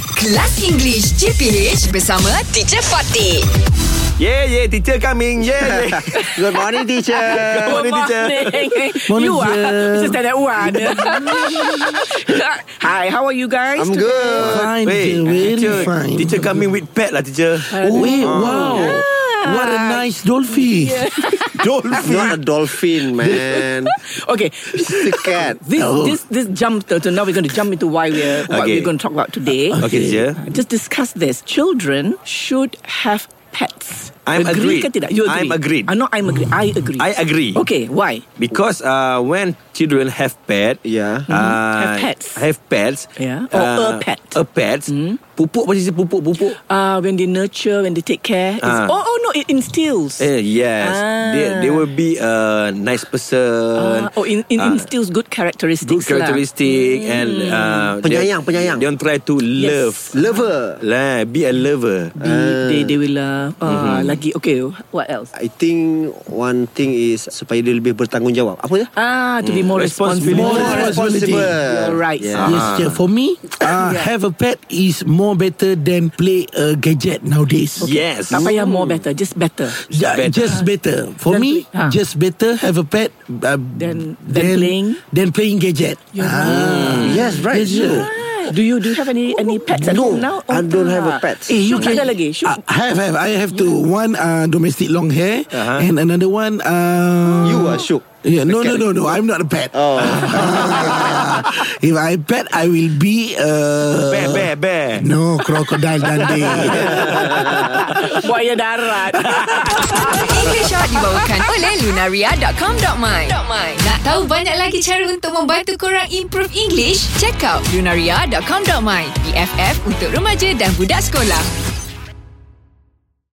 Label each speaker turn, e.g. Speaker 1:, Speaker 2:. Speaker 1: Kelas English CPH bersama Teacher Fatih.
Speaker 2: Yeah, yeah, teacher coming. Yeah, yeah.
Speaker 3: Good morning, teacher.
Speaker 2: Good morning, teacher.
Speaker 3: Morning,
Speaker 4: you are
Speaker 3: teacher.
Speaker 4: Sister that one Hi how are you guys
Speaker 3: I'm good.
Speaker 5: Fine,
Speaker 2: Wait,
Speaker 5: Wait, really
Speaker 2: teacher,
Speaker 5: fine.
Speaker 2: teacher coming with pet lah, teacher.
Speaker 5: oh, wait, wow. What a nice dolphin.
Speaker 2: Dolphin.
Speaker 3: Not a dolphin, man.
Speaker 4: Okay
Speaker 3: It's a cat.
Speaker 4: this this this jump so now we're going to jump into why we're what
Speaker 2: Okay.
Speaker 4: we're going to talk about today Uh,
Speaker 2: Okay, teacher.
Speaker 4: just discuss this children should have pets
Speaker 2: I'm
Speaker 4: agree
Speaker 2: agreed.
Speaker 4: ke tidak you agree
Speaker 2: I'm agreed.
Speaker 4: uh, no I'm agree I agree
Speaker 2: I agree.
Speaker 4: okay why
Speaker 2: Because uh, when children have pet,
Speaker 3: Yeah.
Speaker 2: uh,
Speaker 4: Mm-hmm. Have pets.
Speaker 2: Have pets. uh,
Speaker 4: Yeah. Or a pet. Mm.
Speaker 2: A pet. Pupuk apa sih pupuk pupuk?
Speaker 4: uh, when they nurture when they take care it's,
Speaker 2: Ah.
Speaker 4: oh oh no it instills
Speaker 2: Eh, yes. They, they will be a nice person.
Speaker 4: Ah, oh, in, in,
Speaker 2: Ah,
Speaker 4: instills good characteristics.
Speaker 2: good
Speaker 4: lah.
Speaker 2: characteristic and uh,
Speaker 3: Penyayang,
Speaker 2: they-
Speaker 3: penyayang.
Speaker 2: They don't try to love.
Speaker 3: Lover.
Speaker 2: Lah, be a lover.
Speaker 4: Be, they, they will uh, ah,
Speaker 3: Mm-hmm.
Speaker 4: lagi okay. What else?
Speaker 3: I think one thing is supaya dia lebih bertanggungjawab. Apa dia?
Speaker 4: Ah, to be
Speaker 3: Mm.
Speaker 4: more responsible.
Speaker 2: Responsibility.
Speaker 5: More responsibility.
Speaker 4: You're right.
Speaker 3: Yeah.
Speaker 4: Ah.
Speaker 5: Yes, teacher. For me, uh, have a pet is more better than play a gadget nowadays.
Speaker 2: Yes.
Speaker 4: Tak payah more better, just better.
Speaker 5: Yeah,
Speaker 2: better.
Speaker 5: just better. For
Speaker 4: Ah. Than
Speaker 5: me,
Speaker 4: play- ah.
Speaker 5: just better have a pet uh,
Speaker 4: Than- than playing?
Speaker 5: than playing gadget.
Speaker 4: You're
Speaker 5: Ah.
Speaker 3: Yes, right.
Speaker 5: Yes, you.
Speaker 4: Do you do you have any any pets at
Speaker 3: No,
Speaker 4: home now?
Speaker 3: I don't have a pet.
Speaker 4: pet.
Speaker 5: Eh, you can
Speaker 4: ada lagi. Syuk.
Speaker 5: Ah, I have, have. I have two. One uh, domestic long hair,
Speaker 2: Uh-huh.
Speaker 5: and another one. Uh,
Speaker 3: You are shook.
Speaker 5: Yeah, no, no, no, no. I'm not a pet.
Speaker 3: Oh.
Speaker 5: if I pet, I will be uh,
Speaker 2: Bear, bear, bear.
Speaker 5: No, crocodile Dundee.
Speaker 4: Buaya darat.
Speaker 1: English Hot dibawakan oleh Lunaria.com.my Nak tahu banyak lagi cara untuk membantu korang improve English? Check out Lunaria.com.my BFF untuk remaja dan budak sekolah